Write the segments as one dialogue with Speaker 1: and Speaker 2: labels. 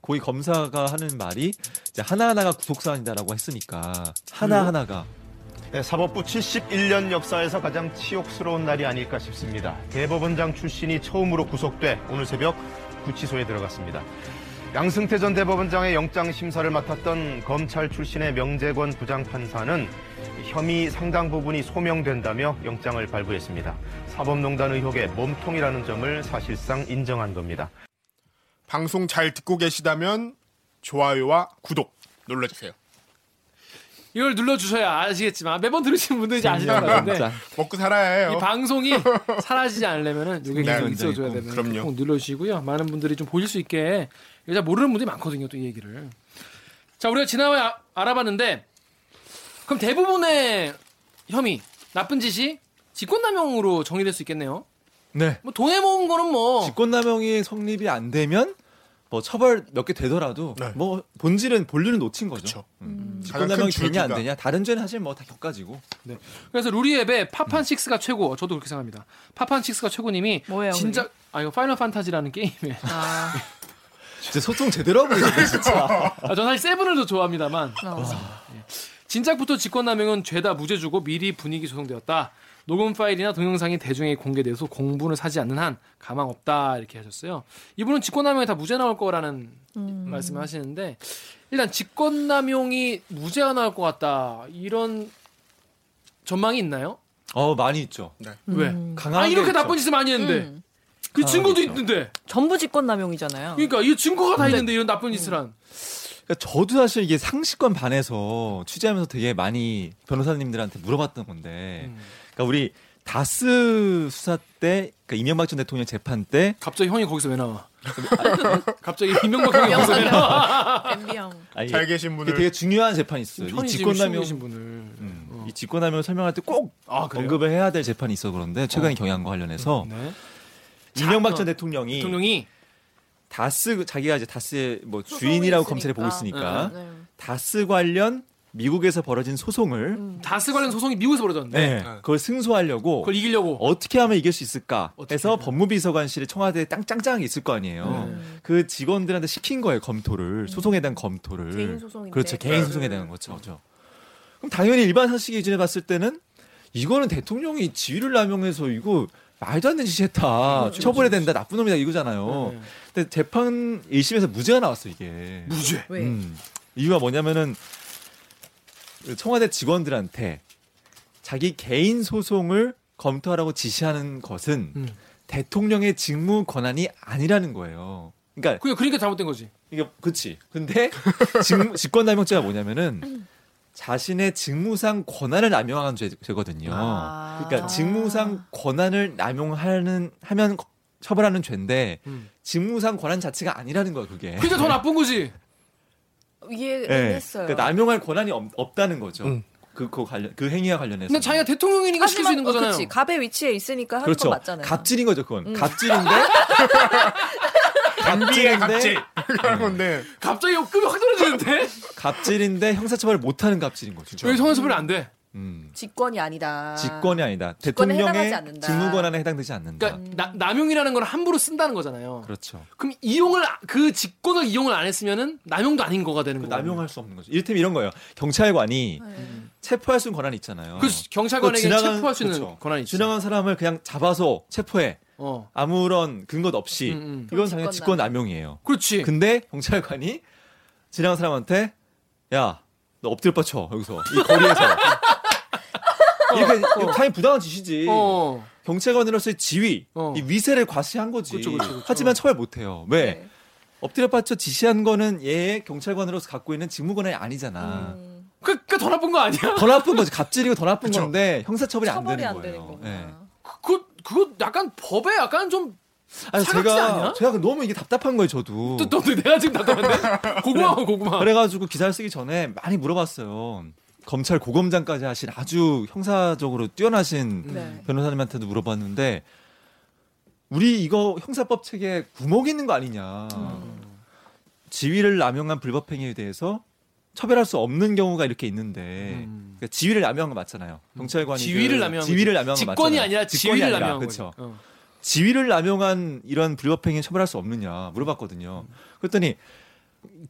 Speaker 1: 고위 검사가 하는 말이 이제 하나하나가 구속사안이다라고 했으니까 하나하나가
Speaker 2: 음.
Speaker 3: 네, 사법부 71년 역사에서 가장 치욕스러운 날이 아닐까 싶습니다. 대법원장 출신이 처음으로 구속돼 오늘 새벽 구치소에 들어갔습니다. 양승태 전 대법원장의 영장 심사를 맡았던 검찰 출신의 명재권 부장판사는 혐의 상당 부분이 소명된다며 영장을 발부했습니다. 사법농단 의혹의 몸통이라는 점을 사실상 인정한 겁니다.
Speaker 2: 방송 잘 듣고 계시다면 좋아요와 구독 눌러주세요.
Speaker 4: 이걸 눌러주셔야 아시겠지만 매번 들으시는 분들은 이제 네, 아시는 것 같은데
Speaker 1: 네, 진짜.
Speaker 2: 먹고 살아야 해요.
Speaker 4: 이 방송이 사라지지 않으려면
Speaker 2: 네,
Speaker 4: 이게 계속
Speaker 2: 굉장히
Speaker 4: 있어줘야
Speaker 2: 꼭,
Speaker 4: 되는
Speaker 2: 그럼요.
Speaker 4: 꼭 눌러주시고요. 많은 분들이 좀 보실 수 있게 이거 잘 모르는 분들이 많거든요. 또 이 얘기를. 자 우리가 지난번에 아- 알아봤는데 그럼 대부분의 혐의 나쁜 짓이 직권남용으로 정리될 수 있겠네요.
Speaker 1: 네.
Speaker 4: 뭐 돈해 모은 거는 뭐
Speaker 1: 직권남용이 성립이 안 되면 뭐 처벌 몇 개 되더라도
Speaker 2: 네.
Speaker 1: 뭐 본질은 본류는 놓친 거죠.
Speaker 2: 그쵸.
Speaker 1: 음.
Speaker 2: 가장 큰
Speaker 1: 직권남용이 되냐 안
Speaker 2: 줄기가.
Speaker 1: 되냐 다른 죄는 사실 뭐 다 격가지고
Speaker 4: 그래서 루리앱의 파판식스가 최고 어, 저도 그렇게 생각합니다. 파판식스가 최고님이
Speaker 5: 뭐예요,
Speaker 4: 진짜 아 이거 파이널 판타지라는 게임에
Speaker 5: 아,
Speaker 1: 진짜 소통 제대로 하고 있네 진짜.
Speaker 4: 아, 전 사실 세븐을 더 좋아합니다만
Speaker 5: 어.
Speaker 4: 진작부터 직권남용은 죄다 무죄주고 미리 분위기 조성되었다. 녹음 파일이나 동영상이 대중에게 공개돼서 공분을 사지 않는 한 가망 없다 이렇게 하셨어요. 이분은 직권남용이 다 무죄 나올 거라는 말씀을 하시는데 일단 직권남용이 무죄가 나올 것 같다 이런 전망이 있나요?
Speaker 1: 어 많이 있죠.
Speaker 4: 왜?
Speaker 1: 강하게
Speaker 4: 아 이렇게
Speaker 1: 있죠.
Speaker 4: 나쁜 짓을 많이 했는데
Speaker 5: 음.
Speaker 4: 그 증거도
Speaker 1: 있죠.
Speaker 4: 있는데
Speaker 5: 전부 직권남용이잖아요.
Speaker 4: 그러니까 이 증거가 다 있는데 이런 나쁜 짓을 한
Speaker 1: 그러니까 저도 사실 이게 상식권 반해서 취재하면서 되게 많이 변호사님들한테 물어봤던 건데,
Speaker 4: 음.
Speaker 1: 그러니까 우리 다스 수사 때, 그러니까 이명박 전 대통령 재판 때,
Speaker 4: 갑자기 형이 거기서 왜 나와? 갑자기 이명박 형이 거기서 왜 나와?
Speaker 5: MB형.
Speaker 4: 예.
Speaker 1: 아니,
Speaker 2: 잘 계신
Speaker 1: 이게
Speaker 2: 분을
Speaker 1: 되게 중요한 재판이 있어요. 이 직권남용,
Speaker 4: 신 분을
Speaker 1: 음,
Speaker 4: 어.
Speaker 1: 이 직권남용 설명할 때 꼭
Speaker 4: 아 그래요?
Speaker 1: 언급을 해야 될 재판이 있어 그런데 최근에 경향과 관련해서
Speaker 4: 네.
Speaker 1: 이명박
Speaker 4: 자,
Speaker 1: 전
Speaker 4: 어,
Speaker 1: 대통령이
Speaker 4: 대통령이
Speaker 1: 다스 자기가 이제 다스의 뭐
Speaker 5: 소송이
Speaker 1: 주인이라고
Speaker 5: 있으니까.
Speaker 1: 검찰이 보고 있으니까
Speaker 5: 네, 네.
Speaker 1: 다스 관련 미국에서 벌어진 소송을
Speaker 5: 음.
Speaker 4: 다스 관련 소송이 미국에서 벌어졌는데
Speaker 1: 네, 그걸 승소하려고
Speaker 4: 그걸 이기려고
Speaker 1: 어떻게 하면 이길 수 있을까
Speaker 4: 어떻게
Speaker 1: 해서
Speaker 4: 해요? 네.
Speaker 1: 법무비서관실에 청와대에 땅 짱짱이 있을 거 아니에요. 그 직원들한테 시킨 거예요
Speaker 4: 음.
Speaker 1: 검토를 소송에 대한 검토를
Speaker 5: 개인 소송인데.
Speaker 1: 그렇죠
Speaker 4: 네.
Speaker 1: 개인 소송에 대한 거죠. 그렇죠. 그럼 당연히 일반 상식 기준에 봤을 때는 이거는 대통령이 지위를 남용해서 이거 말도 안 되는 짓 했다 처벌해야 된다 나쁜 놈이다 이거잖아요.
Speaker 4: 그렇죠, 네.
Speaker 1: 근데 재판 1심에서 무죄가 나왔어 이게.
Speaker 4: 무죄.
Speaker 5: 왜?
Speaker 1: 음. 이유가 뭐냐면은 그 청와대 직원들한테 자기 개인 소송을 검토하라고 지시하는 것은
Speaker 4: 음.
Speaker 1: 대통령의 직무 권한이 아니라는 거예요. 그러니까
Speaker 4: 그게 그러니까 잘못된 거지.
Speaker 1: 이게 그치. 근데 직- 직권남용죄가
Speaker 5: 음.
Speaker 1: 뭐냐면은 자신의 직무상 권한을 남용한 죄, 죄거든요.
Speaker 5: 아.
Speaker 1: 그러니까 직무상 권한을 남용하는 하면 처벌하는 죄인데
Speaker 4: 음.
Speaker 1: 직무상 권한 자체가 아니라는 거야 그게.
Speaker 4: 그러니까 더 나쁜 거지.
Speaker 5: 이해를
Speaker 1: 예.
Speaker 5: 했어요.
Speaker 1: 그러니까 남용할 권한이 없, 다는 거죠.
Speaker 2: 음.
Speaker 1: 그, 그 관련, 그 행위와 관련해서.
Speaker 4: 근데 자기가 대통령이니까 시킬 수 있는
Speaker 5: 어,
Speaker 4: 거잖아요.
Speaker 5: 그치. 갑의 위치에 있으니까 하는
Speaker 1: 그렇죠.
Speaker 5: 거 맞잖아요.
Speaker 1: 갑질인 거죠, 그건.
Speaker 4: 음.
Speaker 1: 갑질인데.
Speaker 2: MB의
Speaker 1: 갑질인데. 네.
Speaker 2: 갑질 그런 건데
Speaker 4: 갑자기 어, 급이 확 떨어지는데
Speaker 1: 그렇죠. 갑질인데 형사처벌을 못하는 갑질인 거죠.
Speaker 4: 여기 성현섭을 안 돼.
Speaker 1: 음.
Speaker 5: 직권이 아니다.
Speaker 1: 직권이 아니다.
Speaker 5: 직권에
Speaker 1: 대통령의
Speaker 5: 해당하지 않는다.
Speaker 1: 직무 권한에 해당되지 않는다.
Speaker 4: 그러니까 나- 남용이라는 걸 함부로 쓴다는 거잖아요.
Speaker 1: 음. 그렇죠.
Speaker 4: 그럼 이용을 아- 그 직권을 이용을 안 했으면은 남용도 아닌 거가 되는
Speaker 1: 그
Speaker 4: 거예요.
Speaker 1: 남용할 수 없는 거죠. 이를테면 이런 거예요. 경찰관이
Speaker 5: 음. 네.
Speaker 1: 체포할 수 있는 권한이 있잖아요.
Speaker 4: 그 수- 경찰관에게
Speaker 1: 그거
Speaker 4: 체포할 수 있는
Speaker 1: 그렇죠.
Speaker 4: 권한이 있어.
Speaker 1: 지나간 사람을 그냥 잡아서 체포해.
Speaker 4: 어.
Speaker 1: 아무런 근거도 없이.
Speaker 4: 음, 음.
Speaker 1: 이건 당연히 직권
Speaker 5: 직권
Speaker 1: 남용이에요.
Speaker 4: 그렇지.
Speaker 1: 근데 경찰관이 지나간 사람한테 야 너 엎드려 뻗쳐 여기서 이 거리에서 어, 이렇게 이거 당연히 부당한 짓이지
Speaker 4: 어.
Speaker 1: 경찰관으로서의 지위
Speaker 4: 어.
Speaker 1: 이 위세를 과시한 거지
Speaker 4: 그쵸, 그쵸, 그쵸.
Speaker 1: 하지만 처벌 못해요 왜
Speaker 5: 네.
Speaker 1: 엎드려 뻗쳐 지시한 거는 얘의 경찰관으로서 갖고 있는 직무 권한이 아니잖아
Speaker 5: 음,
Speaker 4: 그그 더 나쁜 거 아니야?
Speaker 1: 더 나쁜 거지 갑질이고 더 나쁜 건데 형사 처벌이 안
Speaker 5: 처벌이
Speaker 1: 되는
Speaker 5: 안 되는
Speaker 1: 거예요
Speaker 5: 거구나.
Speaker 1: 예.
Speaker 4: 그 그거 약간 법에 약간 좀
Speaker 1: 아니
Speaker 4: 사각지
Speaker 1: 제가
Speaker 4: 아니야?
Speaker 1: 제가 너무 이게 답답한 거예요 저도
Speaker 4: 또, 또, 또 내가 지금 답답한데? 고구마고 고구마.
Speaker 1: 그래가지고 기사를 쓰기 전에 많이 물어봤어요. 검찰 고검장까지 하신 아주 형사적으로 뛰어나신
Speaker 5: 네.
Speaker 1: 변호사님한테도 물어봤는데 우리 이거 형사법 책에 구멍 있는 거 아니냐. 지위를 남용한 불법행위에 대해서 처벌할 수 없는 경우가 이렇게 있는데
Speaker 4: 음.
Speaker 1: 그러니까 지위를 남용한 거 맞잖아요. 경찰관이
Speaker 4: 지위를
Speaker 1: 그
Speaker 4: 남용한
Speaker 1: 지위를 남용한 거
Speaker 4: 직권이
Speaker 1: 맞잖아요.
Speaker 4: 아니라
Speaker 1: 직권이
Speaker 4: 지위를
Speaker 1: 아니라,
Speaker 4: 남용한
Speaker 1: 그쵸.
Speaker 4: 거지. 어.
Speaker 1: 지위를 남용한 이런 불법행위 처벌할 수 없느냐 물어봤거든요. 그랬더니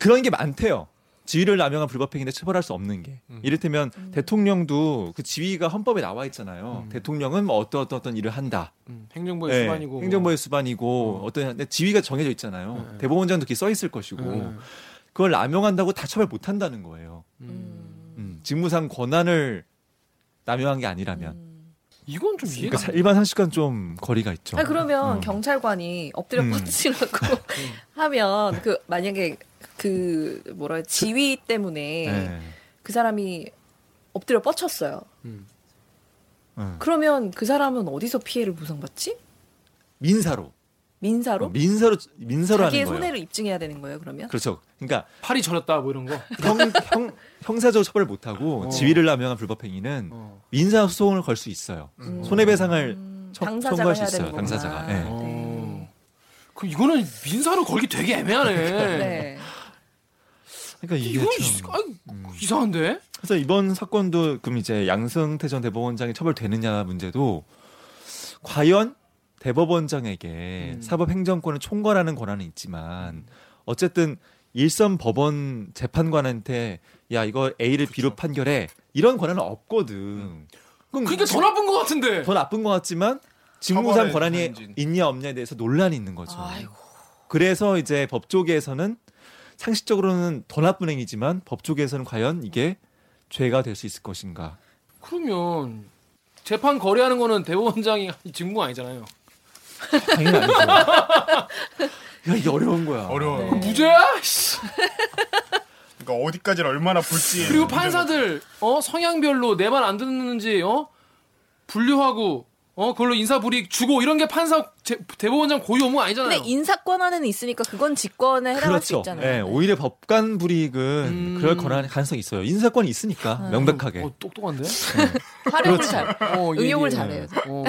Speaker 1: 그런 게 많대요. 지위를 남용한 불법행위인데 처벌할 수 없는 게
Speaker 4: 음.
Speaker 1: 이를테면
Speaker 5: 음.
Speaker 1: 대통령도 그 지위가 헌법에 나와 있잖아요. 대통령은 뭐 어떤 어떤 어떤 일을 한다.
Speaker 4: 음, 행정부의
Speaker 1: 예,
Speaker 4: 수반이고 뭐.
Speaker 1: 행정부의 수반이고 어떤 근데 지위가 정해져 있잖아요.
Speaker 4: 네.
Speaker 1: 대법원장도 이렇게 써 있을 것이고
Speaker 4: 예.
Speaker 1: 그걸 남용한다고 다 처벌 못 한다는 거예요.
Speaker 5: 음.
Speaker 1: 음, 직무상 권한을 남용한 게 아니라면
Speaker 5: 음.
Speaker 4: 이건 좀 이해가
Speaker 1: 그러니까
Speaker 4: 안
Speaker 1: 사-
Speaker 4: 돼.
Speaker 1: 일반 상식과는 좀 거리가 있죠.
Speaker 5: 아니, 그러면 경찰관이 엎드려
Speaker 1: 음.
Speaker 5: 뻗치라고 하면 그 만약에 그 뭐라 해야 지위 때문에
Speaker 1: 네.
Speaker 5: 그 사람이 엎드려 뻗쳤어요.
Speaker 4: 음.
Speaker 1: 음.
Speaker 5: 그러면 그 사람은 어디서 피해를 보상받지?
Speaker 1: 민사로
Speaker 5: 민사로?
Speaker 1: 어, 민사로 민사로 하는
Speaker 5: 자기의
Speaker 1: 거예요.
Speaker 5: 손해를 입증해야 되는 거예요, 그러면?
Speaker 1: 그렇죠. 그러니까
Speaker 4: 팔이 저렸다 뭐 이런 거.
Speaker 1: 형, 형 형사적으로 처벌 못 하고
Speaker 4: 어.
Speaker 1: 지위를 남용한 불법 행위는
Speaker 4: 어.
Speaker 1: 민사 소송을 걸 수 있어요.
Speaker 5: 음.
Speaker 1: 손해배상을
Speaker 5: 음,
Speaker 1: 청-
Speaker 5: 당사자가
Speaker 1: 청구할 수
Speaker 5: 해야
Speaker 1: 있어요.
Speaker 5: 되는구나.
Speaker 1: 당사자가. 예.
Speaker 5: 네.
Speaker 4: 어. 그럼 이거는 민사로 걸기 되게 애매하네.
Speaker 5: 네.
Speaker 1: 그러니까 이게 음.
Speaker 4: 이건
Speaker 1: 참-
Speaker 4: 이- 아이, 이상한데?
Speaker 1: 그래서 이번 사건도 그럼 이제 양승태 전 대법원장이 처벌되느냐 문제도 과연 대법원장에게
Speaker 5: 음.
Speaker 1: 사법행정권을 총괄하는 권한은 있지만 어쨌든 일선 법원 재판관한테 야 이거 A를
Speaker 5: 그렇죠.
Speaker 1: B로 판결해 이런 권한은
Speaker 5: 음.
Speaker 1: 없거든. 그럼
Speaker 4: 그러니까 더 나쁜 것 같은데.
Speaker 1: 더 나쁜 것 같지만 직무상
Speaker 2: 처벌의
Speaker 1: 권한이
Speaker 2: 전진.
Speaker 1: 있냐 없냐에 대해서 논란이 있는 거죠.
Speaker 5: 아이고.
Speaker 1: 그래서 이제 법조계에서는 상식적으로는 더 나쁜 행위지만 법조계에서는 과연 이게 죄가 될 수 있을 것인가?
Speaker 4: 그러면 재판 거래하는 거는 대법원장이 직무 아니잖아요.
Speaker 1: 당연히 아니죠. 야 이게 어려운 거야.
Speaker 2: 어려워.
Speaker 5: 네.
Speaker 4: 무죄야? 씨.
Speaker 2: 그러니까 어디까지를 얼마나 볼지.
Speaker 4: 그리고 판사들 어 성향별로 내 말 안 듣는지 어 분류하고 어 그걸로 인사 불이익 주고 이런 게 판사 제- 대법원장 고유 업무
Speaker 5: 근데
Speaker 4: 아니잖아요.
Speaker 5: 인사 권한은 있으니까 그건 직권에 해당할 수
Speaker 1: 그렇죠.
Speaker 5: 있잖아요.
Speaker 1: 예, 오히려 법관 불이익은
Speaker 4: 음.
Speaker 1: 그럴 권한 가능성이 있어요. 인사권이 있으니까
Speaker 5: 음.
Speaker 1: 명백하게.
Speaker 4: 어, 똑똑한데?
Speaker 5: 활용을
Speaker 1: 그렇죠.
Speaker 5: 잘.
Speaker 4: 어,
Speaker 5: 응용을
Speaker 4: 얘기해.
Speaker 5: 잘해요.
Speaker 4: 어,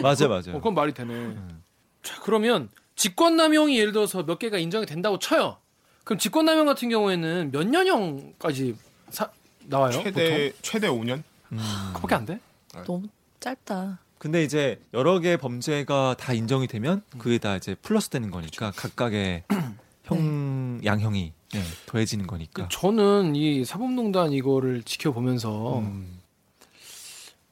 Speaker 1: 맞아
Speaker 4: 어,
Speaker 1: 맞아.
Speaker 4: 그건 말이 되네.
Speaker 1: 음.
Speaker 4: 자, 그러면 직권남용이 예를 들어서 몇 개가 인정이 된다고 쳐요. 그럼 직권남용 같은 경우에는 몇 년형까지 사- 나와요?
Speaker 1: 음.
Speaker 2: 최대 최대 5년.
Speaker 4: 보통? 그밖에 안 돼?
Speaker 5: 너무 짧다.
Speaker 1: 근데 이제 여러 개의 범죄가 다 인정이 되면
Speaker 2: 음.
Speaker 1: 그게 다 이제 플러스 되는 거니까 각각의 형
Speaker 2: 네.
Speaker 1: 양형이 예, 더해지는 거니까.
Speaker 4: 저는 이 사법농단 이거를 지켜보면서
Speaker 1: 음.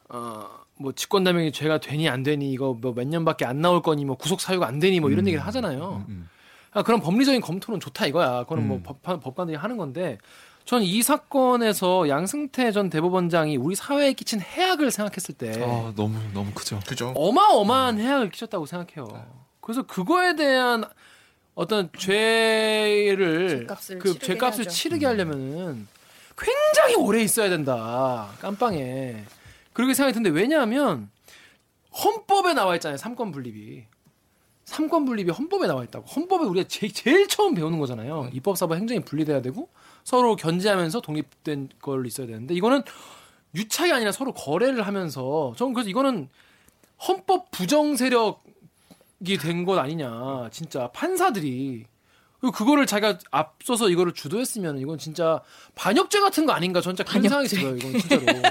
Speaker 4: 어, 뭐 직권남용이 죄가 되니 안 되니 이거 뭐 몇 년밖에 안 나올 거니 뭐 구속 사유가 안 되니 뭐 이런
Speaker 1: 음.
Speaker 4: 얘기를
Speaker 2: 어.
Speaker 4: 하잖아요.
Speaker 1: 음.
Speaker 4: 아, 그런 법리적인 검토는 좋다 이거야. 그거는 뭐
Speaker 1: 음.
Speaker 4: 법, 법관들이 하는 건데 저는 이 사건에서 양승태 전 대법원장이 우리 사회에 끼친 해악을 생각했을
Speaker 2: 네.
Speaker 4: 때
Speaker 1: 아 너무 너무 크죠.
Speaker 2: 그죠.
Speaker 4: 어마어마한 해악을 끼쳤다고 생각해요. 그래서 그거에 대한 어떤 죄를
Speaker 5: 죄값을
Speaker 4: 그
Speaker 5: 치르게
Speaker 4: 죄값을
Speaker 5: 해야죠.
Speaker 4: 치르게 하려면은 굉장히 오래 있어야 된다. 깜빵에. 그렇게 생각이 드는데 왜냐하면 헌법에 나와 있잖아요. 삼권 분립이. 삼권 분립이 헌법에 나와 있다고. 헌법에 우리가 제, 일 처음 배우는
Speaker 2: 네.
Speaker 4: 거잖아요. 입법, 사법, 행정이 분리돼야 되고 서로 견제하면서 독립된 걸로 있어야 되는데 이거는 유착이 아니라 서로 거래를 하면서 저는 그래서 이거는 헌법 부정 세력이 된 것 아니냐. 진짜 판사들이 그리고 그거를 자기가 앞서서 이거를 주도했으면 이건 진짜 반역죄 같은 거 아닌가. 저 진짜 그런 생각이 들어요. 이건 진짜로.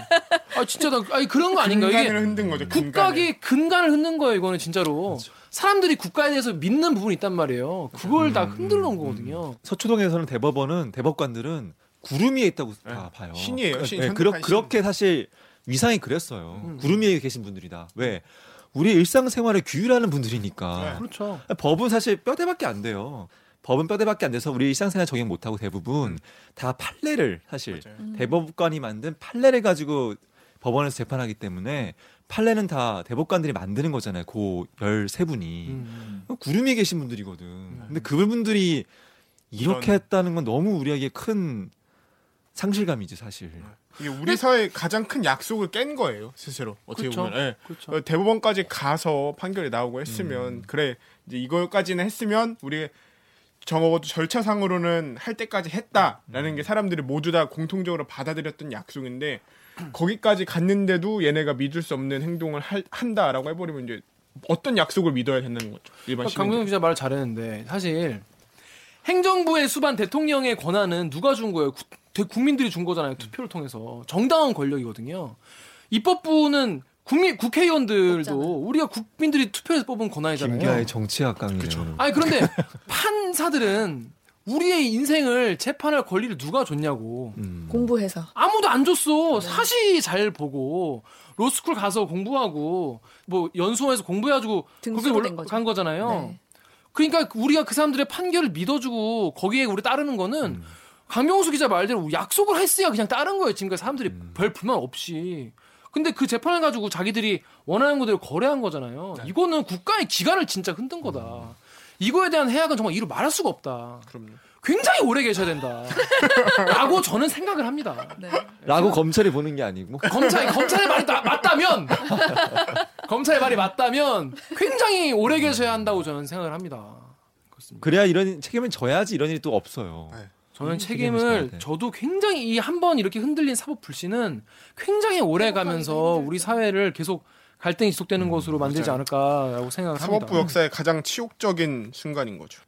Speaker 4: 아 진짜 나 아니 그런 거 아닌가 이게
Speaker 2: 근간을 흔든 거죠. 근간을. 그렇죠.
Speaker 4: 국각이 근간을 흔든 거예요 이거는 진짜로 사람들이 국가에 대해서 믿는 부분이 있단 말이에요 그걸
Speaker 2: 음.
Speaker 4: 다 흔들어 놓은 거거든요
Speaker 1: 서초동에서는 대법원은 대법관들은 구름 위에 있다고 다 봐요.
Speaker 2: 네. 신이에요, 신.
Speaker 1: 네,
Speaker 2: 현대판
Speaker 1: 그러,
Speaker 2: 신.
Speaker 1: 그렇게 사실 위상이 그랬어요.
Speaker 4: 음.
Speaker 1: 구름 위에 계신 분들이다. 왜? 우리 일상생활에 규율하는
Speaker 2: 네.
Speaker 1: 분들이니까.
Speaker 4: 그렇죠
Speaker 1: 법은 사실 뼈대밖에 안 돼요. 법은 뼈대밖에 안 돼서 우리 일상생활 적용 못하고 대부분 다 판례를 사실
Speaker 2: 맞아요.
Speaker 1: 대법관이 만든 판례를 가지고 법원에서 재판하기 때문에 판례는 다 대법관들이 만드는 거잖아요. 그 13분이.
Speaker 4: 음.
Speaker 1: 구름에 계신 분들이거든. 근데 그분들이 이렇게
Speaker 2: 이런-
Speaker 1: 했다는 건 너무 우리에게 큰 상실감이지 사실.
Speaker 2: 이게 우리 사회의 가장 큰 약속을 깬 거예요 스스로 어떻게
Speaker 4: 그쵸.
Speaker 2: 보면 예.
Speaker 4: 그렇죠
Speaker 2: 어, 대법원까지 가서 판결이 나오고 했으면
Speaker 4: 음.
Speaker 2: 그래 이제 이거까지는 했으면 우리 적어도 절차상으로는 할 때까지 했다라는
Speaker 4: 음.
Speaker 2: 게 사람들이 모두 다 공통적으로 받아들였던 약속인데 거기까지 갔는데도 얘네가 믿을 수 없는 행동을 할- 한다라고 해버리면 이제 어떤 약속을 믿어야 된다는 거죠 일반
Speaker 4: 그러니까 강동영
Speaker 2: 시민
Speaker 4: 기자 말 잘했는데 사실 행정부의 수반 대통령의 권한은 누가 준 거예요? 구- 대- 국민들이 준 거잖아요. 투표를 통해서 정당한 권력이거든요. 입법부는 국민 국회의원들도
Speaker 5: 뽑잖아요.
Speaker 4: 우리가 어. 국민들이 투표해서 뽑은 권한이잖아요.
Speaker 1: 정치학 강이네요.
Speaker 4: 아니 그런데 판사들은 우리의 인생을 재판할 권리를 누가 줬냐고.
Speaker 1: 음.
Speaker 5: 공부해서.
Speaker 4: 아무도 안 줬어. 사시 잘 보고 로스쿨 가서 공부하고 뭐 연수원에서 공부해가지고
Speaker 5: 등수도
Speaker 4: 거기 올라-
Speaker 5: 된 거죠.
Speaker 4: 간 거잖아요.
Speaker 5: 네.
Speaker 4: 그러니까 우리가 그 사람들의 판결을 믿어주고 거기에 우리 따르는 거는
Speaker 2: 음.
Speaker 4: 강병수 기자 말대로 약속을 했어야 그냥 따른 거예요. 지금까지 사람들이
Speaker 2: 음.
Speaker 4: 별 불만 없이. 근데 그 재판을 가지고 자기들이 원하는 거대로 거래한 거잖아요.
Speaker 2: 네.
Speaker 4: 이거는 국가의 기관을 진짜 흔든 거다. 이거에 대한 해악은 정말 이루 말할 수가 없다.
Speaker 2: 음. 그럼요.
Speaker 4: 굉장히 오래 계셔야 된다. 라고 저는 생각을 합니다.
Speaker 5: 네.
Speaker 1: 라고 검찰이 보는 게 아니고
Speaker 4: 검찰 검찰의 말이 다- 맞다면 검찰의 말이 맞다면 굉장히 오래 계셔야 한다고 저는 생각을 합니다. 그렇습니다.
Speaker 1: 그래야 이런 책임을 져야지 이런 일이 또 없어요.
Speaker 2: 네.
Speaker 4: 저는
Speaker 1: 책임을 져야
Speaker 4: 책임을
Speaker 1: 돼.
Speaker 4: 저도 굉장히 이 한 번 이렇게 흔들린 사법 불씨는 굉장히 오래 가면서 우리 사회를 계속 갈등이 지속되는 것으로 만들지 않을까라고 생각을 합니다.
Speaker 2: 음, 사법부 역사의 가장 치욕적인 순간인 거죠.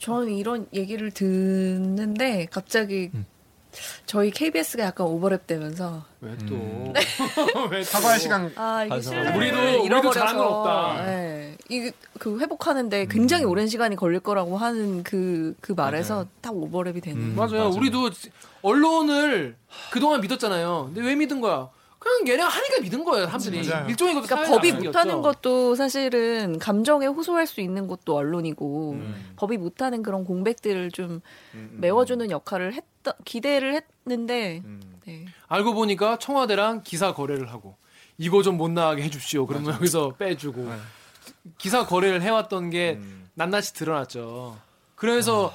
Speaker 5: 저는 이런 얘기를 듣는데 갑자기
Speaker 1: 음.
Speaker 5: 저희 KBS가 약간 오버랩되면서
Speaker 4: 왜 또?
Speaker 2: 음.
Speaker 4: 왜 또?
Speaker 2: 사과의 시간
Speaker 5: 아 이게
Speaker 1: 반성.
Speaker 5: 신뢰를
Speaker 4: 우리도- 우리도 잘하는 건 없다.
Speaker 5: 네. 이그
Speaker 1: 음.
Speaker 5: 회복하는데 굉장히 오랜 시간이 걸릴 거라고 하는 그 그 말에서 딱 오버랩이 되는.
Speaker 1: 음.
Speaker 4: 맞아요.
Speaker 1: 맞아요.
Speaker 4: 우리도 언론을 그동안 믿었잖아요. 근데 왜 믿은 거야? 그냥 얘네가 하니까 믿은 거예요. 사람들이
Speaker 2: 맞아요.
Speaker 4: 일종의
Speaker 5: 그러니까 법이 못하는 것도 사실은 감정에 호소할 수 있는 것도 언론이고 법이 못하는 그런 공백들을 좀
Speaker 4: 음.
Speaker 5: 메워주는 역할을 했다 기대를 했는데 네.
Speaker 4: 알고 보니까 청와대랑 기사 거래를 하고 이거 좀 못 나가게 해주십시오. 그러면 여기서 빼주고 기사 거래를 해왔던 게 낱낱이 드러났죠. 그래서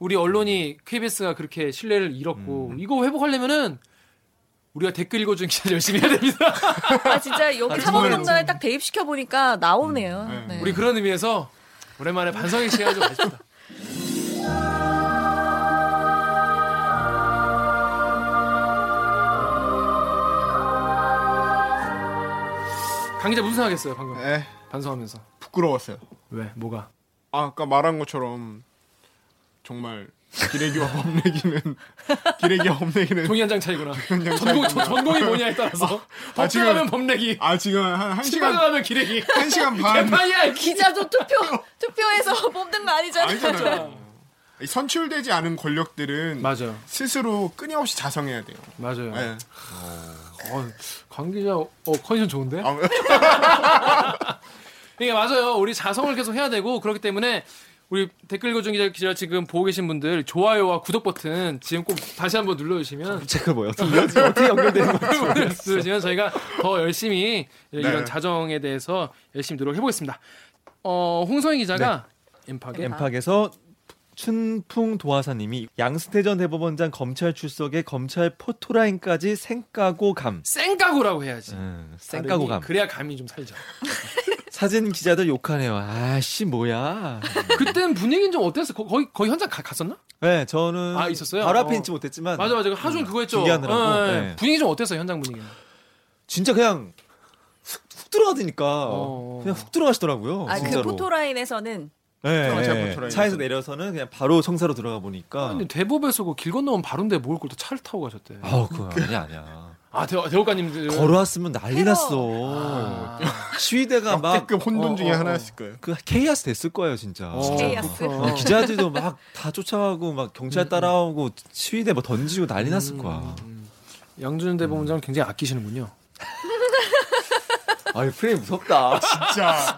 Speaker 4: 우리 언론이 KBS가 그렇게 신뢰를 잃었고 이거 회복하려면은 우리가 댓글 읽어주는 기자 열심히 해야 됩니다.
Speaker 5: 아 진짜 여기 사법농단에 딱 대입시켜 보니까 나오네요.
Speaker 2: 음.
Speaker 5: 네.
Speaker 4: 우리 그런 의미에서 오랜만에 반성의 시간을 좀 가집시다. 강기자 무슨 생각했어요 방금
Speaker 2: 에
Speaker 4: 반성하면서
Speaker 2: 네, 부끄러웠어요.
Speaker 4: 왜 뭐가
Speaker 2: 아, 아까 말한 것처럼 정말 기레기와 범내기는 기레기와 범내기는
Speaker 4: 종이 한 장 차이구나 아, 전공, 저, 전공이 뭐냐에 따라서
Speaker 2: 지금-
Speaker 4: 법정하면 법내기
Speaker 2: 아 지금 한, 한 시간
Speaker 4: 시방하면 기레기
Speaker 2: 한 시간
Speaker 4: 아,
Speaker 2: 반
Speaker 4: 개판이야
Speaker 5: 기자도 투표 투표해서 뽑는 거 아니잖아요.
Speaker 2: 아니잖아요. 이 선출되지 않은 권력들은
Speaker 4: 맞아요
Speaker 2: 스스로 끊임없이 자성해야 돼요.
Speaker 4: 맞아요
Speaker 2: 예.
Speaker 4: 어, 관계자 어 컨디션 좋은데
Speaker 2: 아,
Speaker 4: 이게 맞아요. 우리 자성을 계속 해야 되고 그렇기 때문에 우리 댓글 고정 기자 기자 지금 보고 계신 분들 좋아요와 구독 버튼 지금 꼭 다시 한번 눌러주시면
Speaker 1: 책을 뭐요? 어떻게 연결되는 거죠?
Speaker 4: 눌러주시면 저희가 더 열심히 이런
Speaker 2: 네.
Speaker 4: 자정에 대해서 열심히 노력해 보겠습니다. 어 홍성희 기자가 엠팍에
Speaker 1: 네. 엠팍에서 춘풍 도화사님이 양승태 전 대법원장 검찰 출석에 검찰 포토라인까지 생까고 감.
Speaker 4: 생까고라고 해야지.
Speaker 1: 음, 생까고
Speaker 4: 발음이.
Speaker 1: 감.
Speaker 4: 그래야 감이 좀 살죠.
Speaker 1: 사진 기자들 욕하네요. 아씨 뭐야.
Speaker 4: 그땐 분위기는 좀 어땠어? 거- 거의 거의 현장 가- 갔었나?
Speaker 1: 네, 저는
Speaker 4: 아, 있었어요?
Speaker 1: 바로
Speaker 4: 어.
Speaker 1: 앞에 있지 못했지만
Speaker 4: 맞아 맞아. 하루 종일 그거 했죠.
Speaker 1: 준비하느라고.
Speaker 4: 예, 예.
Speaker 1: 음, 네.
Speaker 4: 분위기 좀 어땠어? 현장 분위기.
Speaker 1: 진짜 그냥 훅, 훅 들어가니까
Speaker 4: 어.
Speaker 1: 그냥 훅 들어가시더라고요.
Speaker 5: 아, 그
Speaker 1: 진짜로.
Speaker 5: 포토라인에서는
Speaker 1: 네,
Speaker 2: 검찰
Speaker 1: 네.
Speaker 2: 포토라인에서.
Speaker 1: 차에서 내려서는 그냥 바로 청사로 들어가 보니까
Speaker 4: 아, 근데 대법에서 그길 건너면 바로인데 뭘 걸또 차를 타고 가셨대.
Speaker 1: 아. 아우 그거 아니야 아니야.
Speaker 4: 아 대-
Speaker 1: 그
Speaker 4: 대법관님들
Speaker 1: 걸어왔으면 난리
Speaker 5: 테러.
Speaker 1: 났어. 시위대가 막 그
Speaker 2: 역대급 혼돈 중에
Speaker 4: 어, 어, 어.
Speaker 2: 하나였을 거예요.
Speaker 1: 케이아스 됐을 거예요 진짜.
Speaker 5: KS.
Speaker 1: 어, 기자들도 막 다 쫓아가고 막 경찰 따라오고 시위대 뭐 던지고 난리 났을 거야.
Speaker 4: 양준 대법원장 굉장히 아끼시는군요.
Speaker 1: 아이 프레임 무섭다.
Speaker 2: 진짜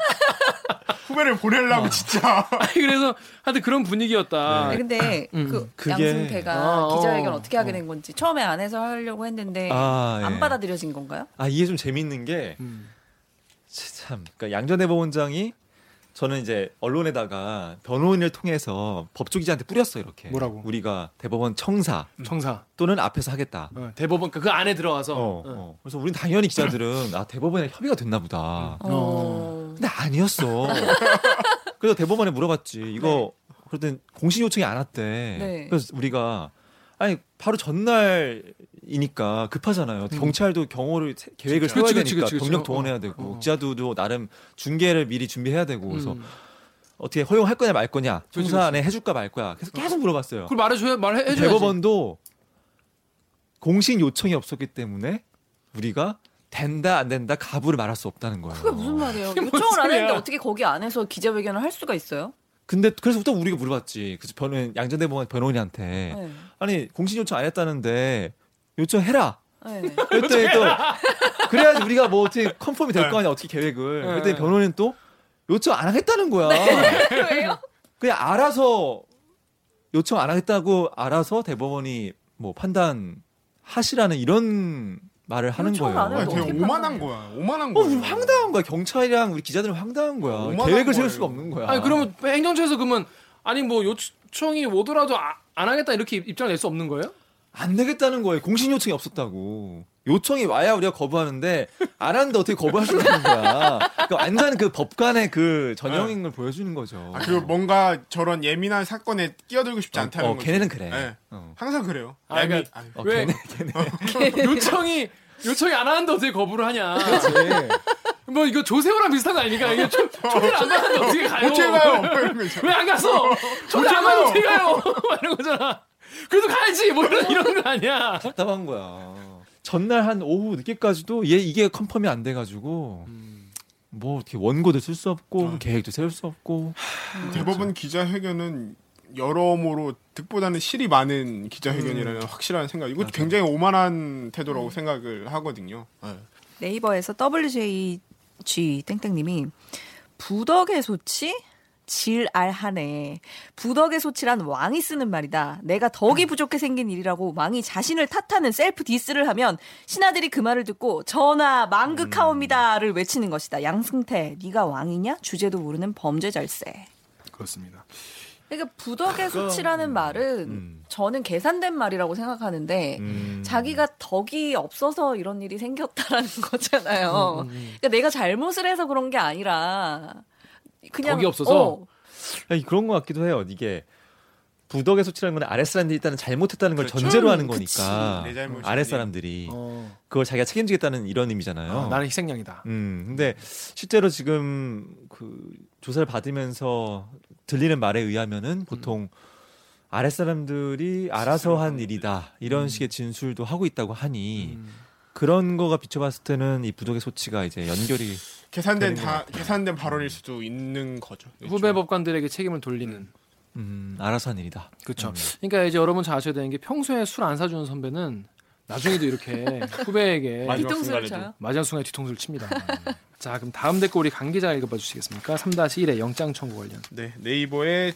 Speaker 2: 후배를 보내려고 진짜.
Speaker 4: 아니 그래서 하여튼 그런 분위기였다.
Speaker 5: 아니, 네,
Speaker 1: 네.
Speaker 5: 근데 그
Speaker 1: 그게-
Speaker 5: 양승태가
Speaker 4: 아, 어.
Speaker 5: 기자회견 어떻게 하게 된 건지 처음에 안에서 하려고 했는데
Speaker 1: 아,
Speaker 5: 네. 안
Speaker 1: 예.
Speaker 5: 받아들여진 건가요?
Speaker 1: 아 이게 좀 재밌는 게
Speaker 4: 음.
Speaker 1: 참, 그러니까 양전 대법원장이 저는 이제 언론에다가 변호인을 통해서 법조기자한테 뿌렸어요 이렇게.
Speaker 4: 뭐라고?
Speaker 1: 우리가 대법원 청사
Speaker 4: 청사
Speaker 1: 또는 앞에서 하겠다.
Speaker 4: 어, 대법원 그 안에 들어가서
Speaker 1: 어,
Speaker 4: 어.
Speaker 1: 어. 그래서 우린 당연히 기자들은 아 대법원에 협의가 됐나 보다.
Speaker 5: 어.
Speaker 4: 어.
Speaker 1: 근데 아니었어. 그래서 대법원에 물어봤지. 이거
Speaker 4: 네.
Speaker 1: 그랬더니 공식 요청이 안 왔대.
Speaker 5: 네.
Speaker 1: 그래서 우리가 아니 바로 전날이니까 급하잖아요. 경찰도 경호를 세- 계획을
Speaker 4: 음. 그치,
Speaker 1: 세워야
Speaker 4: 그치,
Speaker 1: 되니까
Speaker 4: 그치, 그치.
Speaker 1: 경력
Speaker 4: 어,
Speaker 1: 동원해야 되고
Speaker 4: 어.
Speaker 1: 기자들도 나름 중계를 미리 준비해야 되고 그래서
Speaker 4: 음.
Speaker 1: 어떻게 허용할 거냐 말 거냐
Speaker 4: 그치,
Speaker 1: 조사 안에 해줄까 말 거야. 그래서 계속 물어봤어요.
Speaker 4: 그걸 말해줘야 말해줘야지.
Speaker 1: 대법원도 공식 요청이 없었기 때문에 우리가 된다 안 된다 가부를 말할 수 없다는 거예요.
Speaker 5: 그게 무슨 말이에요?
Speaker 4: 뭔
Speaker 5: 요청을 안
Speaker 4: 소리야.
Speaker 5: 했는데 어떻게 거기 안에서 기자회견을 할 수가 있어요?
Speaker 1: 근데 그래서부터 우리가 물어봤지. 그 변호인 양전대법원 변호인한테
Speaker 5: 네.
Speaker 1: 아니 공신 요청 안 했다는데 요청해라.
Speaker 5: 네.
Speaker 1: 그랬더니 또 그래야지 우리가 뭐 어떻게 컨펌이 될 거 아니야 어떻게 계획을.
Speaker 4: 네.
Speaker 1: 그랬더니 변호인 또 요청 안 하겠다는 거야.
Speaker 5: 네. 왜요?
Speaker 1: 그냥 알아서 요청 안 하겠다고 알아서 대법원이 뭐 판단 하시라는 이런 말을 하는
Speaker 5: 요청을
Speaker 1: 거예요.
Speaker 5: 안 해도
Speaker 2: 아니, 되게
Speaker 5: 어떻게
Speaker 2: 오만한
Speaker 5: 판단해요?
Speaker 2: 거야. 오만한
Speaker 1: 어,
Speaker 2: 거야.
Speaker 1: 우리 황당한 거야. 경찰이랑 우리 기자들은 황당한 거야.
Speaker 2: 오만한
Speaker 1: 계획을
Speaker 2: 거예요.
Speaker 1: 세울 수가 없는 거야.
Speaker 4: 아니 그러면 행정처에서 그러면 아니 뭐 요청이 오더라도 아- 안 하겠다 이렇게 입장을 낼 수 없는 거예요?
Speaker 1: 안 되겠다는 거예요. 공신 요청이 없었다고. 요청이 와야 우리가 거부하는데 안 하는데 어떻게 거부할 수 있는 거야. 그러니까 완전 그 법관의 그 전형인 걸 보여주는 거죠.
Speaker 2: 아, 그리고 뭔가 저런 예민한 사건에 끼어들고 싶지 않다는
Speaker 1: 어,
Speaker 2: 거지.
Speaker 1: 걔네는 그래.
Speaker 2: 네.
Speaker 1: 어.
Speaker 2: 항상 그래요.
Speaker 4: 아,
Speaker 2: 예민-
Speaker 4: 그러니까-
Speaker 2: 아유.
Speaker 1: 어,
Speaker 4: 왜?
Speaker 1: 걔네 걔네.
Speaker 4: 요청이 요청이 안 하는데 어떻게 거부를 하냐?
Speaker 1: 그렇죠.
Speaker 4: 뭐 이거 조세호랑 비슷한 거 아닙니까? 이게
Speaker 2: 어.
Speaker 4: 초, 초대를 안 받는데 어떻게 가요?
Speaker 2: 어떻게 가요? 막 이러면
Speaker 4: 왜 안 갔어? 초대 안 받는데 어떻게 가요? 막 이런 거잖아. 그래도 가야지 뭐 이런 이런 거 아니야.
Speaker 1: 답답한 거야. 전날 한 오후 늦게까지도 얘 이게 컨펌이 안 돼가지고
Speaker 2: 음.
Speaker 1: 뭐 이렇게 원고도 쓸 수 없고
Speaker 2: 아.
Speaker 1: 계획도 세울 수 없고
Speaker 2: 그렇죠. 대법원 기자회견은 여러모로 득보다는 실이 많은
Speaker 4: 음.
Speaker 2: 기자회견이라는 확실한 생각. 이거 굉장히 오만한 태도라고 생각을 하거든요.
Speaker 5: 네이버에서 WJG 땡땡님이 부덕의 소치 질알하네. 부덕의 소치란 왕이 쓰는 말이다. 내가 덕이 부족해 생긴 일이라고 왕이 자신을 탓하는 셀프 디스를 하면 신하들이 그 말을 듣고 전하 망극하옵니다를 외치는 것이다. 양승태, 네가 왕이냐? 주제도 모르는 범죄절세.
Speaker 6: 그렇습니다.
Speaker 5: 그러니까 부덕의 소치라는 말은 저는 계산된 말이라고 생각하는데
Speaker 1: 음.
Speaker 5: 자기가 덕이 없어서 이런 일이 생겼다라는 거잖아요. 그러니까 내가 잘못을 해서 그런 게 아니라 그냥
Speaker 4: 덕이 없어서?
Speaker 5: 어,
Speaker 1: 아니, 그런 것 같기도 해요. 이게 부덕의 소치라는 건 아랫 사람들이 일단은 잘못했다는 걸 전제로 하는 거니까
Speaker 2: 그렇죠. 음,
Speaker 1: 음,
Speaker 2: 내 잘못이 어.
Speaker 1: 아랫
Speaker 2: 아니에요.
Speaker 1: 사람들이 그걸 자기가 책임지겠다는 이런 의미잖아요.
Speaker 4: 나는 희생양이다.
Speaker 1: 음, 근데 실제로 지금 그 조사를 받으면서 들리는 말에 의하면은
Speaker 2: 음.
Speaker 1: 보통 아랫 사람들이 알아서 한
Speaker 2: 네.
Speaker 1: 일이다
Speaker 2: 음.
Speaker 1: 이런 식의 진술도 하고 있다고 하니 그런 거가 비춰봤을 때는 이 부독의 소치가 이제 연결이
Speaker 2: 계산된
Speaker 1: 되는
Speaker 2: 다 계산된 발언일 수도 있는 거죠.
Speaker 4: 네, 그렇죠.
Speaker 2: 그렇죠.
Speaker 4: 후배 법관들에게 책임을 돌리는.
Speaker 1: 음, 알아서 한 일이다.
Speaker 4: 그렇죠. 그러니까 이제 여러분 잘 아셔야 되는 게 평소에 술 안 사주는 선배는 나중에도 이렇게 후배에게
Speaker 2: 맞아. 마지막
Speaker 5: 뒤통수를
Speaker 2: 순간에도.
Speaker 5: 쳐요.
Speaker 4: 마지막 순간에 뒤통수를 칩니다. 자, 그럼 다음 댓글 우리 강 기자 읽어봐 주시겠습니까? 3-1의 영장 청구 관련.
Speaker 2: 네, 네이버의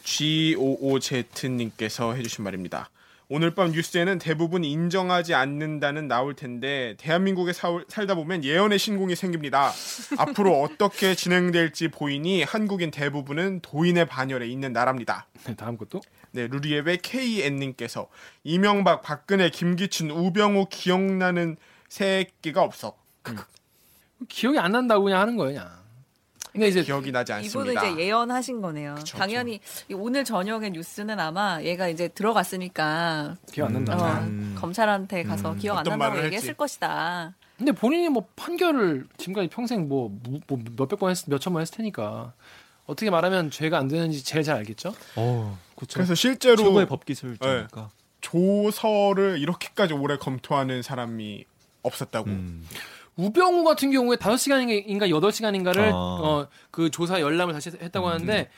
Speaker 2: GOOZ님께서 해주신 말입니다. 오늘 밤 뉴스에는 대부분 인정하지 않는다는 나올 텐데 대한민국에 사올- 살다 보면 예언의 신공이 생깁니다. 앞으로 어떻게 진행될지 보이니 한국인 대부분은 도인의 반열에 있는 나라입니다.
Speaker 4: 네, 다음 것도.
Speaker 2: 네, 루리앱의 KN님께서 이명박, 박근혜, 김기춘, 우병우 기억나는 새끼가 없어.
Speaker 4: 기억이 안 난다고 그냥 하는 거예요, 그냥. 그러니까 이제
Speaker 2: 기억이 나지
Speaker 5: 이분은
Speaker 2: 않습니다.
Speaker 5: 이제 예언하신 거네요. 당연히 오늘 저녁의 뉴스는 아마 얘가 이제 들어갔으니까
Speaker 4: 기억 안 난다.
Speaker 5: 어,
Speaker 2: 음.
Speaker 5: 검찰한테 가서 기억 안
Speaker 2: 어떤
Speaker 5: 난다고
Speaker 2: 말을
Speaker 5: 얘기했을
Speaker 2: 할지.
Speaker 5: 것이다.
Speaker 4: 근데 본인이 뭐 판결을 지금까지 평생 뭐, 무- 뭐 몇백 번 했, 몇천 번 했을 테니까 어떻게 말하면 죄가 안 되는지 제일 잘 알겠죠?
Speaker 1: 어, 그렇죠.
Speaker 2: 그래서 실제로 예.
Speaker 1: 최고의 법기술자니까.
Speaker 2: 조서를 이렇게까지 오래 검토하는 사람이 없었다고.
Speaker 1: 음.
Speaker 4: 그러니까 우병우 같은 경우에 5시간인가 8시간인가를
Speaker 1: 아.
Speaker 4: 어, 그 조사 열람을 다시 했- 했다고 하는데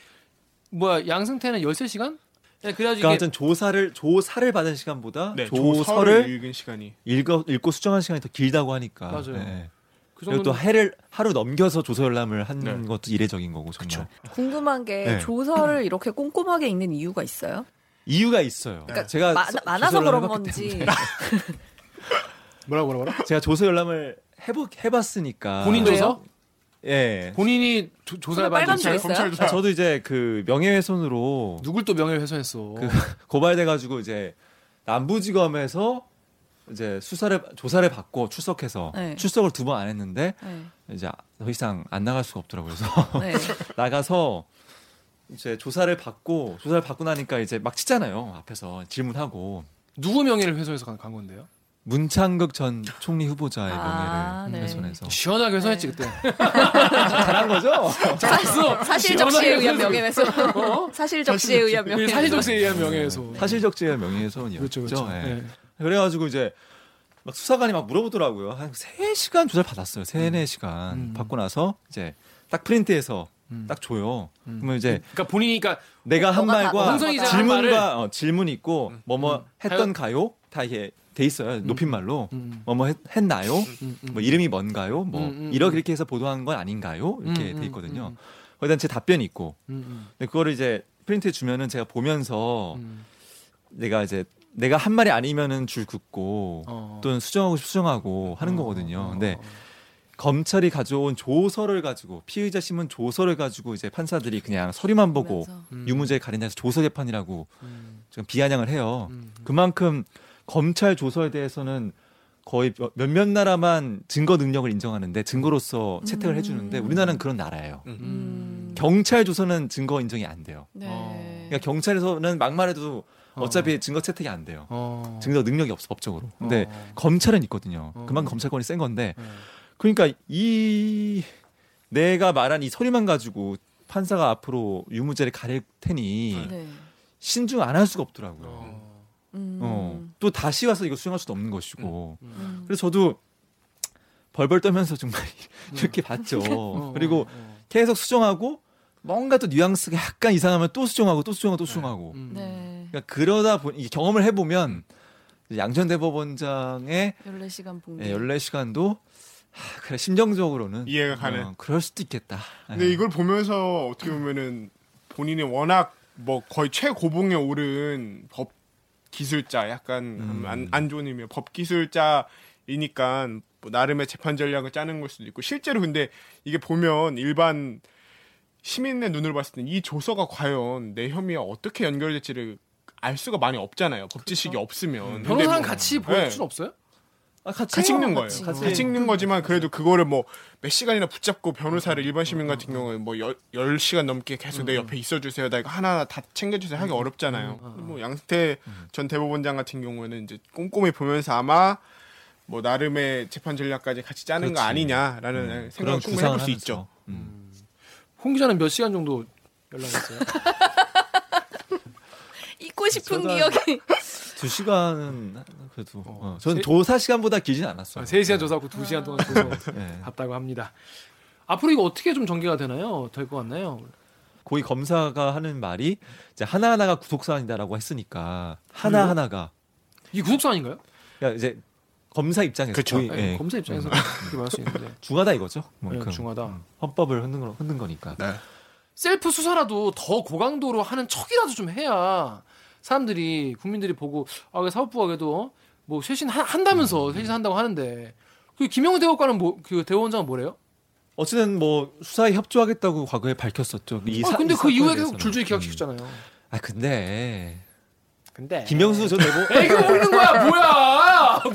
Speaker 4: 뭐야 양승태는 13시간? 네,
Speaker 1: 음. 그러니까
Speaker 4: 그래가지고 이게
Speaker 1: 하여튼 조사를 조사를 받은 시간보다
Speaker 2: 네, 조서를
Speaker 1: 조서를
Speaker 2: 읽은 시간이
Speaker 1: 읽어, 읽고 수정한 시간이 더 길다고 하니까.
Speaker 4: 맞아요.
Speaker 1: 네.
Speaker 4: 그
Speaker 1: 그리고
Speaker 4: 정도는 네.
Speaker 1: 또 해를 하루 넘겨서 조서 열람을 한 것도 이례적인 거고 정말.
Speaker 5: 궁금한 게
Speaker 1: 네.
Speaker 5: 조서를 이렇게 꼼꼼하게 읽는 이유가 있어요?
Speaker 1: 이유가 있어요. 네.
Speaker 5: 그러니까
Speaker 1: 제가
Speaker 5: 많,
Speaker 1: 서-
Speaker 5: 아서
Speaker 1: 조사를
Speaker 5: 그런
Speaker 1: 해봤기
Speaker 5: 건지
Speaker 4: 뭐라고 뭐라 뭐라?
Speaker 1: 제가 조사 열람을 해보, 해봤으니까.
Speaker 4: 본인
Speaker 5: 그래요?
Speaker 4: 조서?
Speaker 1: 아, 예.
Speaker 4: 본인이 조, 조사를
Speaker 5: 빨간
Speaker 4: 받은
Speaker 5: 줄 있어요?
Speaker 1: 아, 저도 이제 그 명예훼손으로
Speaker 4: 누굴 또 명예를 훼손했어?
Speaker 1: 그 고발돼가지고 이제 남부지검에서 이제 수사를 조사를 받고 출석해서
Speaker 5: 네.
Speaker 1: 출석을 두 번 안 했는데
Speaker 5: 네.
Speaker 1: 이제 더 이상 안 나갈 수가 없더라고요. 그래서
Speaker 5: 네.
Speaker 1: 나가서 이제 조사를 받고 조사를 받고 나니까 이제 막 치잖아요 앞에서 질문하고
Speaker 4: 누구 명예를 훼손해서 간, 간 건데요?
Speaker 1: 문창극 전 총리 후보자의
Speaker 5: 아,
Speaker 1: 명예를
Speaker 5: 네.
Speaker 1: 훼손해서
Speaker 4: 시원하게 훼손했지 그때.
Speaker 1: 잘한 거죠?
Speaker 4: 잘했어.
Speaker 5: 아, 사실 적시에
Speaker 4: 시원하게
Speaker 5: 의한
Speaker 4: 훼손. 그
Speaker 5: 명예훼손. 사실 적시에 의한 명예훼손.
Speaker 4: 사실 적시에 의한 명예훼손.
Speaker 1: 사실적지의 명예훼손이었죠.
Speaker 4: 그렇죠 그렇죠.
Speaker 1: 예.
Speaker 4: 네.
Speaker 1: 그래가지고 이제 막 수사관이 막 물어보더라고요. 한 세시간 조사를 받았어요. 세네 시간
Speaker 4: 음.
Speaker 1: 받고 나서 이제 딱 프린트해서 딱 줘요. 그러면 이제
Speaker 4: 그러니까 본인이 그러니까
Speaker 1: 내가 한
Speaker 5: 너가 다-
Speaker 1: 말과
Speaker 4: 홍성이 제가 한
Speaker 1: 질문과 어, 질문 있고
Speaker 4: 음.
Speaker 1: 뭐뭐 했던
Speaker 4: 가요?
Speaker 1: 가요 다 이게 돼 있어요. 높임말로
Speaker 4: 음.
Speaker 1: 뭐뭐 했, 했나요? 뭐 이름이 뭔가요? 뭐
Speaker 4: 음, 음,
Speaker 1: 이렇게 해서 보도한 건 아닌가요? 이렇게
Speaker 4: 음,
Speaker 1: 돼
Speaker 4: 음,
Speaker 1: 있거든요.
Speaker 4: 음.
Speaker 1: 거기에 대한 제 답변이 있고
Speaker 4: 음,
Speaker 1: 근데 그거를 이제 프린트해 주면은 제가 보면서
Speaker 4: 음.
Speaker 1: 내가 이제 내가 한 말이 아니면은 줄 긋고
Speaker 4: 어.
Speaker 1: 또는 수정하고 수정하고 하는 거거든요. 근데 검찰이 가져온 조서를 가지고 피의자 신문 조서를 가지고 이제 판사들이 그냥 서류만 보고
Speaker 5: 보면서.
Speaker 4: 음.
Speaker 1: 유무죄 가린다해서 조서 재판이라고
Speaker 4: 음.
Speaker 1: 지금 비아냥을 해요.
Speaker 4: 음.
Speaker 1: 그만큼 검찰 조서에 대해서는 거의 몇- 몇몇 나라만 증거 능력을 인정하는데 증거로서 채택을 해주는데 우리나라는 그런 나라예요.
Speaker 5: 음.
Speaker 1: 경찰 조서는 증거 인정이 안 돼요.
Speaker 5: 네.
Speaker 4: 어.
Speaker 1: 그러니까 경찰에서는 막말해도 어차피 증거 채택이 안 돼요.
Speaker 4: 어.
Speaker 1: 증거 능력이 없어 법적으로. 근데
Speaker 4: 어.
Speaker 1: 검찰은 있거든요.
Speaker 4: 어.
Speaker 1: 그만큼 검찰권이 센 건데
Speaker 4: 네.
Speaker 1: 그러니까 이 내가 말한 이 서류만 가지고 판사가 앞으로 유무죄를 가릴 테니
Speaker 5: 네.
Speaker 1: 신중 안 할 수가 없더라고요. 어.
Speaker 4: 어.
Speaker 5: 음.
Speaker 1: 또 다시 와서 이거 수용할 수도 없는 것이고.
Speaker 5: 음.
Speaker 1: 그래서 저도 벌벌 떨면서 정말
Speaker 2: 음.
Speaker 1: 이렇게 봤죠.
Speaker 4: 어,
Speaker 1: 그리고
Speaker 4: 어.
Speaker 1: 계속 수정하고 뭔가 또 뉘앙스가 약간 이상하면 또 수정하고 또 수정하고 또 수정하고.
Speaker 4: 음.
Speaker 5: 네.
Speaker 1: 그러니까 그러다 보니 경험을 해보면 양전 대법원장의
Speaker 5: 14시간 봉기.
Speaker 1: 예, 14시간도 하, 그래 심정적으로는
Speaker 2: 이해가 가는.
Speaker 1: 어, 그럴 수도 있겠다.
Speaker 2: 근데
Speaker 4: 네.
Speaker 1: 예.
Speaker 2: 이걸 보면서 어떻게 보면은 본인이 워낙 뭐 거의 최고봉에 오른 법 기술자 약간 음,
Speaker 4: 음.
Speaker 2: 안, 안 좋은 의미의 법 기술자이니까 뭐 나름의 재판 전략을 짜는 걸 수도 있고 실제로 근데 이게 보면 일반 시민의 눈으로 봤을 때 이 조서가 과연 내 혐의와 어떻게 연결될지를 알 수가 많이 없잖아요. 법 지식이 없으면 근데 뭐-
Speaker 4: 변호사랑 그렇죠. 음. 같이 보여줄
Speaker 2: 네.
Speaker 4: 순 없어요?
Speaker 1: 아,
Speaker 2: 다 찍는 거예요.
Speaker 5: 같이.
Speaker 2: 다
Speaker 1: 같이.
Speaker 2: 찍는 거지만 그래도 그거를 뭐 몇 시간이나 붙잡고 변호사를 일반 시민 같은 경우에 뭐열 시간 넘게 계속 내
Speaker 1: 음.
Speaker 2: 옆에 있어 주세요. 나 이거 하나하나 다 챙겨 주세요. 하기 어렵잖아요.
Speaker 1: 음.
Speaker 2: 뭐 양승태 전 대법원장 같은 경우에는 이제 꼼꼼히 보면서 아마 뭐 나름의 재판 전략까지 같이 짜는 거
Speaker 1: 그렇지. 음.
Speaker 2: 아니냐라는 생각을
Speaker 1: 그런
Speaker 2: 충분히 해볼
Speaker 1: 구상을 음.
Speaker 2: 수 있죠. 음.
Speaker 4: 홍 기자는 몇 시간 정도 연락했어요?
Speaker 5: 잊고 싶은
Speaker 1: 저도
Speaker 5: 기억이.
Speaker 1: 두 시간은 그래도 어,
Speaker 4: 세- 아,
Speaker 1: 저는 조사 시간보다 길진 않았어요. 네.
Speaker 4: 3시간 조사하고 2시간 동안 조사
Speaker 1: 예.
Speaker 4: 봤다고 합니다. 앞으로 이거 어떻게 좀 전개가 되나요? 될 것 같나요?
Speaker 1: 고위 검사가 하는 말이 이제 하나하나가 구속 사안이다라고 했으니까 하나 하나가
Speaker 4: 이 구속 사안인가요?
Speaker 1: 그러니까 이제 검사 입장에서
Speaker 2: 그쵸.
Speaker 1: 고위,
Speaker 4: 네,
Speaker 1: 예,
Speaker 4: 검사 입장에서 그렇게 말할 수 있는데
Speaker 1: 중하다 이거죠. 그만큼.
Speaker 4: 네, 중하다. 네.
Speaker 1: 음, 헌법을 흔든, 거- 흔든 거니까.
Speaker 2: 아,
Speaker 4: 셀프 수사라도 더 고강도로 하는 척이라도 좀 해야 사람들이 국민들이 보고 아 왜 사법부가 그래도 뭐 쇄신 하-
Speaker 1: 음.
Speaker 4: 한다면서 쇄신한다고 하는데 그 김영우 대법관은 뭐 그 대법원장은 뭐래요?
Speaker 1: 어쨌든 뭐 수사에 협조하겠다고 과거에 밝혔었죠. 이
Speaker 4: 아
Speaker 1: 사-
Speaker 4: 근데
Speaker 1: 이
Speaker 4: 그 이후에
Speaker 1: 사건에
Speaker 4: 계속
Speaker 1: 대해서는.
Speaker 4: 줄줄이
Speaker 1: 음.
Speaker 4: 기각시켰잖아요.
Speaker 1: 아 근데
Speaker 4: 근데
Speaker 1: 김영수 전 대법
Speaker 4: 애교 먹는 뭐 거야 뭐야 뭐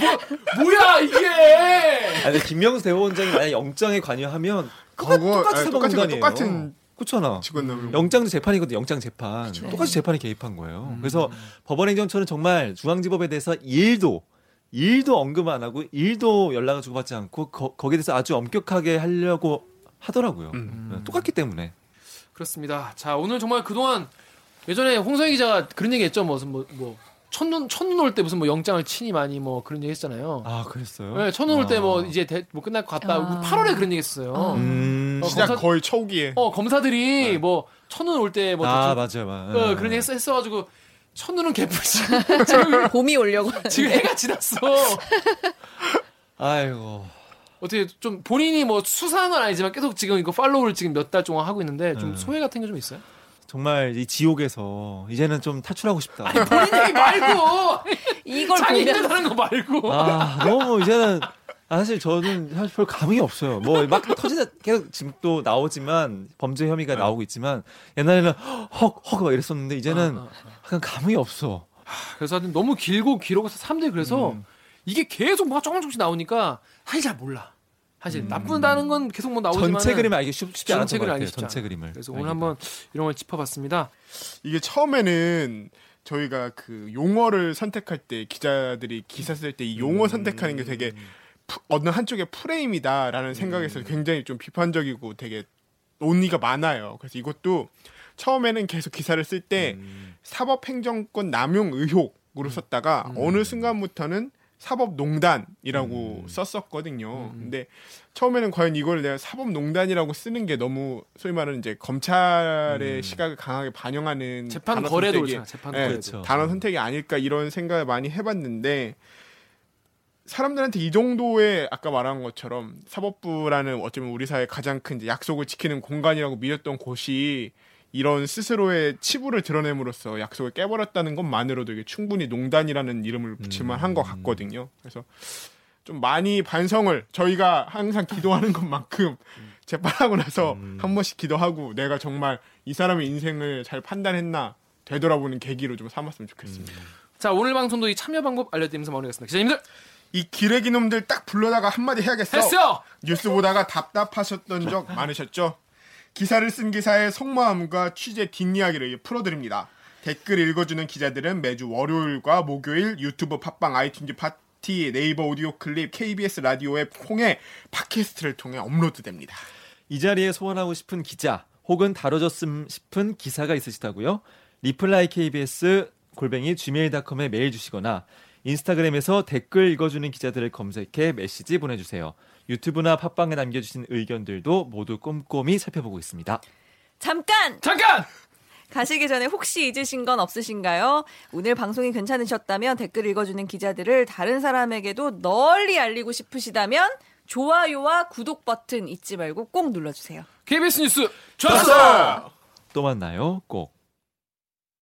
Speaker 4: 뭐야 이게
Speaker 1: 아니 근데 김명수 대법원장이 만약 영장에 관여하면 똑같,
Speaker 2: 그거-
Speaker 1: 똑같이
Speaker 2: 아니,
Speaker 1: 사법
Speaker 2: 똑같은 거,
Speaker 1: 공단이에요.
Speaker 2: 똑같은
Speaker 1: 그렇잖아.
Speaker 2: 직원들
Speaker 1: 영장도 재판이거든. 영장 재판. 똑같이 재판에 개입한 거예요. 그래서 법원행정처는 정말 중앙지법에 대해서 일도 일도 언급 안 하고 일도 연락을 주고받지 않고 거, 거기에 대해서 아주 엄격하게 하려고 하더라고요.
Speaker 4: 음.
Speaker 1: 네, 똑같기 때문에.
Speaker 4: 그렇습니다. 자 오늘 정말 그동안 예전에 홍성희 기자가 그런 얘기했죠 무슨 뭐, 뭐 첫눈 첫눈 올 때 무슨 뭐 영장을 치니 많이 뭐 그런 얘기했잖아요.
Speaker 1: 아 그랬어요. 아.
Speaker 4: 네, 첫눈 올 때 뭐 이제 대, 뭐 끝날 것 같다.
Speaker 5: 아.
Speaker 4: 8월에 그런 얘기 했어요.
Speaker 5: 아.
Speaker 1: 음. 네.
Speaker 4: 어,
Speaker 2: 시작
Speaker 4: 검사-
Speaker 2: 거의 초기에
Speaker 4: 어 검사들이 뭐 첫눈 올 때뭐
Speaker 1: 아 맞아요, 맞아요.
Speaker 4: 어, 그런 얘기 했, 했어가지고 첫눈은 개뿔지
Speaker 5: 봄이 오려고.
Speaker 4: 지금 해가 지났어.
Speaker 1: 아이고.
Speaker 4: 어떻게 좀 본인이 뭐 수사한 건 아니지만 계속 지금 이거 팔로우를 지금 몇 달 동안 하고 있는데 좀
Speaker 1: 음.
Speaker 4: 소회 같은 게 좀 있어요?
Speaker 1: 정말 이 지옥에서 이제는 좀 탈출하고 싶다.
Speaker 4: 본인 얘기 말고
Speaker 5: 이걸
Speaker 4: 자기
Speaker 5: 보면
Speaker 4: 힘들다는 거 말고
Speaker 1: 아 너무 이제는 아, 사실 저는 사실 별 감흥이 없어요. 뭐 막 터지다 계속 지금 또 나오지만 범죄
Speaker 4: 네.
Speaker 1: 혐의가 나오고 있지만 옛날에는 헉헉 막 이랬었는데 이제는
Speaker 4: 아,
Speaker 1: 약간 감흥이 없어.
Speaker 4: 그래서 하여튼 너무 길고 길어서 사람들이 그래서
Speaker 1: 음.
Speaker 4: 이게 계속 뭐가 조금 조금씩 나오니까 사실 잘 몰라 사실 나쁘다는 건 계속 뭐 나오지만
Speaker 1: 음. 전체 그림을 알기 쉽, 쉽지 않았던 것 같아요.
Speaker 4: 쉽지
Speaker 1: 전체
Speaker 4: 않아.
Speaker 1: 그림을.
Speaker 4: 그래서 오늘
Speaker 1: 알기가.
Speaker 4: 한번 이런 걸 짚어봤습니다
Speaker 2: 이게 처음에는 저희가 그 용어를 선택할 때 기자들이 기사 쓸 때 이 용어 선택하는 게 되게
Speaker 4: 음.
Speaker 2: 프- 어느 한쪽의 프레임이다라는 생각에서 굉장히 좀 비판적이고 되게 논의가 많아요. 그래서 이것도 처음에는 계속 기사를
Speaker 4: 음.
Speaker 2: 쓸 때 사법행정권 남용 의혹으로 썼다가 어느 순간부터는
Speaker 4: 음.
Speaker 2: 사법농단이라고 썼었거든요. 근데 처음에는 과연 이걸 내가 사법농단이라고 쓰는 게 너무 소위 말하는 이제 검찰의 시각을 강하게
Speaker 1: 음,
Speaker 2: 반영하는
Speaker 4: 음. 재판
Speaker 2: 단어
Speaker 4: 거래도
Speaker 2: 선택이
Speaker 4: 그렇잖아. 재판
Speaker 2: 예,
Speaker 4: 거래도.
Speaker 1: 그렇죠.
Speaker 2: 단어 선택이 아닐까 이런 생각을 많이 해봤는데 사람들한테 이 정도의 아까 말한 것처럼 사법부라는 어쩌면 우리 사회 가장 큰 이제 약속을 지키는 공간이라고 믿었던 곳이 이런 스스로의 치부를 드러냄으로써 약속을 깨버렸다는 것만으로도 이게 충분히 농단이라는 이름을 붙일만한 것 같거든요. 그래서 좀 많이 반성을 저희가 항상 기도하는 것만큼 재판하고 나서 한 번씩 기도하고 내가 정말 이 사람의 인생을 잘 판단했나 되돌아보는 계기로 좀 삼았으면 좋겠습니다.
Speaker 4: 자 오늘 방송도 이 참여 방법 알려드리면서 마무리하겠습니다. 기자님들
Speaker 2: 이 기레기 놈들 딱 불러다가 한마디 해야겠어.
Speaker 4: 했어요.
Speaker 2: 뉴스 보다가 답답하셨던 적 많으셨죠? 기사를 쓴 기사의 속마음과 취재 뒷이야기를 풀어드립니다. 댓글 읽어주는 기자들은 매주 월요일과 목요일 유튜브 팟빵 아이튠즈 파티 네이버 오디오 클립 KBS 라디오 앱 콩에 팟캐스트를 통해 업로드됩니다.
Speaker 1: 이 자리에 소환하고 싶은 기자 혹은 다뤄졌음 싶은 기사가 있으시다고요? 리플라이 KBS 골뱅이 gmail.com에 메일 주시거나 인스타그램에서 댓글 읽어주는 기자들을 검색해 메시지 보내주세요. 유튜브나 팟빵에 남겨주신 의견들도 모두 꼼꼼히 살펴보고 있습니다.
Speaker 5: 잠깐
Speaker 4: 잠깐
Speaker 5: 가시기 전에 혹시 잊으신 건 없으신가요? 오늘 방송이 괜찮으셨다면 댓글 읽어주는 기자들을 다른 사람에게도 널리 알리고 싶으시다면 좋아요와 구독 버튼 잊지 말고 꼭 눌러주세요.
Speaker 4: KBS 뉴스 좋았어.
Speaker 1: 또 만나요, 꼭.